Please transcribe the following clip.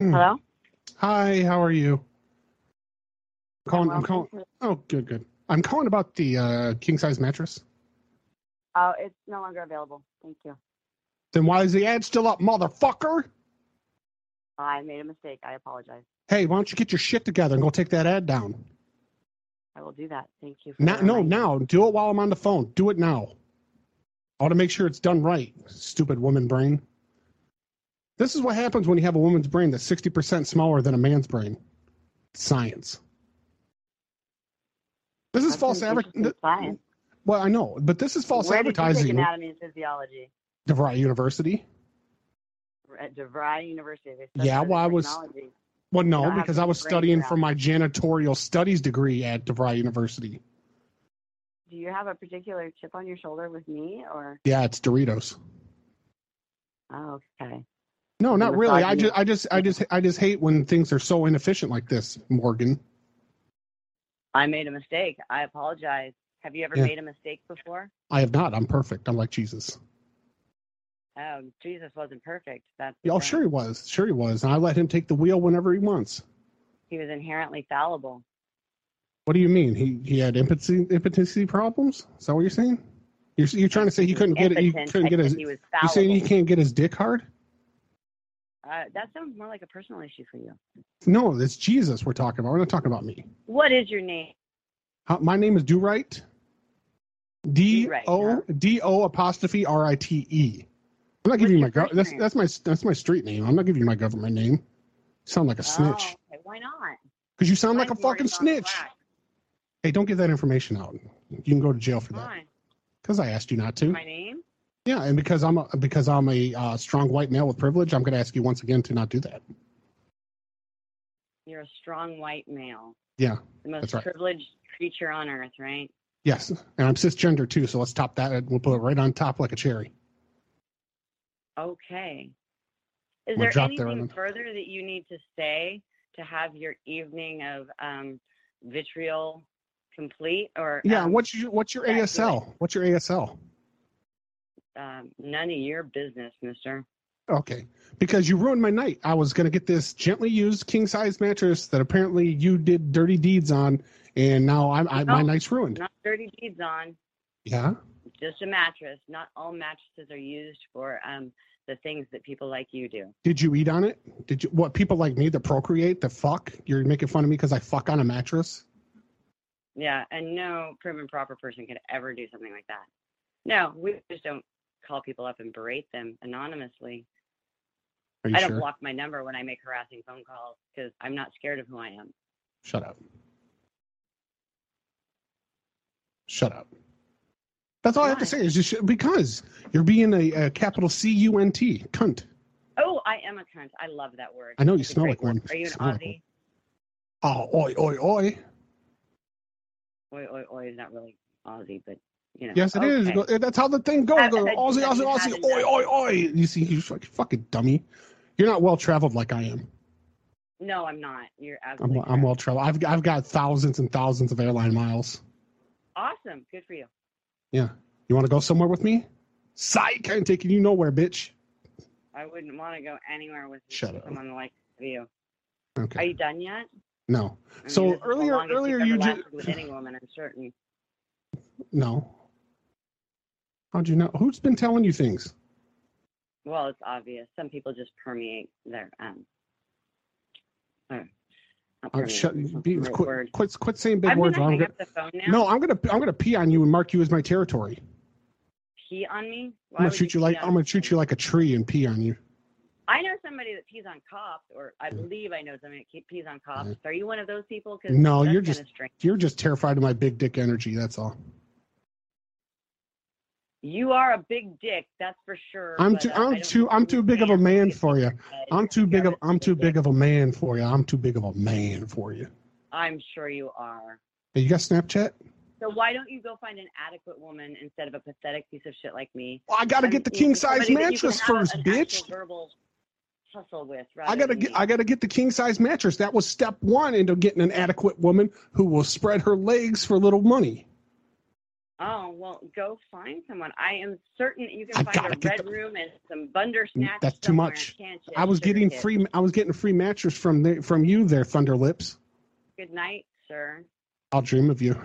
Hmm. Hello? Hi, how are you? I'm calling, I'm Welcome calling. to- Oh, good, good. I'm calling about the uh, king size mattress. Oh, it's no longer available. Thank you. Then why is the ad still up, motherfucker? Oh, I made a mistake. I apologize. Hey, why don't you get your shit together and go take that ad down? I will do that. Thank you. For Not, the no, reminder. now. Do it while I'm on the phone. Do it now. I want to make sure it's done right, stupid woman brain. This is what happens when you have a woman's brain that's 60% smaller than a man's brain. Science. This is That's false some advertising. interesting Science. Well, I know, but this is false Where Did you take advertising. anatomy and physiology DeVry University. at DeVry University. They study Yeah, well, I was- technology. Well, don't no, have because to I be was great studying enough. for my janitorial studies degree at DeVry University. Do you have a particular chip on your shoulder with me, or Yeah, it's Doritos. oh, okay? No, not really. I Misogyny. just, I just, I just, I just hate when things are so inefficient like this, Morgan. I made a mistake. I apologize. Have you ever Yeah. made a mistake before? I have not. I'm perfect. I'm like Jesus. Oh, Jesus wasn't perfect. That's the Yeah, Oh, thing. sure he was. Sure he was. And I let him take the wheel whenever he wants. He was inherently fallible. What do you mean? He he had impotency impotency problems. Is that what you're saying? You're you're trying to say he couldn't get it. He Impotent. couldn't get I said his. He was You saying fallible. he can't get his dick hard? Uh, that sounds more like a personal issue for you. No, it's Jesus we're talking about. We're not talking about me. What is your name? How, my name is Do Right. D Do-Right, O D O apostrophe R I T E. I'm not giving you my What's your gov- first that's name? that's my that's my street name. I'm not giving you my government name. sound like a snitch Oh, okay. Why not? because you sound like a Mine's Morgan fucking Von snitch. Black. Hey, don't give that information out. You can go to jail for that Fine. because I asked you not to. My name? Yeah, and because I'm a, because I'm a uh, strong white male with privilege, I'm going to ask you once again to not do that. You're a strong white male. Yeah, The most that's right. privileged creature on earth, right? Yes, and I'm cisgender too, so let's top that. We'll put it right on top like a cherry. Okay. Is Well, there drop there, anything Ellen. further that you need to say to have your evening of um, vitriol complete or Yeah, um, what's your what's your yeah, do it. ASL? What's your ASL? um, none of your business, mister? Okay. Because you ruined my night. I was going to get this gently used king size mattress that apparently you did dirty deeds on, and now I'm, I, my No. night's ruined. Not dirty deeds on. Yeah. just a mattress. Not all mattresses are used for um, the things that people like you do. Did you eat on it? Did you? What people like me that procreate, that fuck? You're making fun of me because I fuck on a mattress? Yeah, and no prim and proper person could ever do something like that. No, we just don't call people up and berate them anonymously. Are you I don't sure? block my number when I make harassing phone calls because I'm not scared of who I am. Shut up. Shut up. That's all I have to Why? say is just sh- because you're being a, a capital C U N T cunt. Oh, I am a cunt. I love that word. I know you It's a smell great like one. word. Are you an Smell like Aussie? Oh, oi, oi, oi. Oi, oi, oi is not really Aussie, but you know. Yes, it is. Okay. Go- That's how the thing goes. I- I- Go, Aussie, I- Aussie, Aussie, I- oi, oi, oi. You see, you fucking, fucking dummy. You're not well traveled like I am. No, I'm not. You're absolutely I'm, I'm well traveled. I've, I've got thousands and thousands of airline miles. correct. awesome. Good for you. Yeah. You want to go somewhere with me? Psych! I ain't taking you nowhere, bitch. I wouldn't want to go anywhere with Shut up. someone like you. Are Okay. you done yet? No. I mean, So this is the earlier- longest earlier you've you ever ju- lasted with any woman, I'm certain. No. How'd you know? Who's been telling you things? Well, it's obvious. Some people just permeate their um. or, not Uh, permeate, that's shut, not be, the right quit, word. quit, quit saying big I'm words. gonna or I'm hang gonna, up the phone now. no, I'm gonna I'm gonna pee on you and mark you as my territory. Pee on me. I'm Why gonna would shoot you like pee on I'm gonna me? shoot you like a tree and pee on you. I know somebody that pees on cops, or I Yeah. believe I know somebody that pees on cops. Yeah. Are you one of those people? 'Cause No, that's you're kinda just- strange. You're just terrified of my big dick energy. That's all. You are a big dick, that's for sure. I'm but, too- uh, I'm I don't too- think I'm you too big of a can man because for of you. your head. I'm too big of You're a I'm too big dick. big of a man for you. I'm too big of a man for you. I'm sure you are. Hey, you got Snapchat? So why don't you go find an adequate woman instead of a pathetic piece of shit like me? Well, I gotta Um, get the you- king size somebody that you mattress can have first, an bitch. actual Verbal tussle with, rather I gotta than get me. I gotta get the king size mattress. That was step one into getting an adequate woman who will spread her legs for little money. Oh, well, go find someone. I am certain that you I can find gotta a get red the- room and some bunder snacks. That's too somewhere, much. can't you? I was Sugar getting kid. free. I was getting free mattress from the, from you there, Thunder Lips. Good night, sir. I'll dream of you.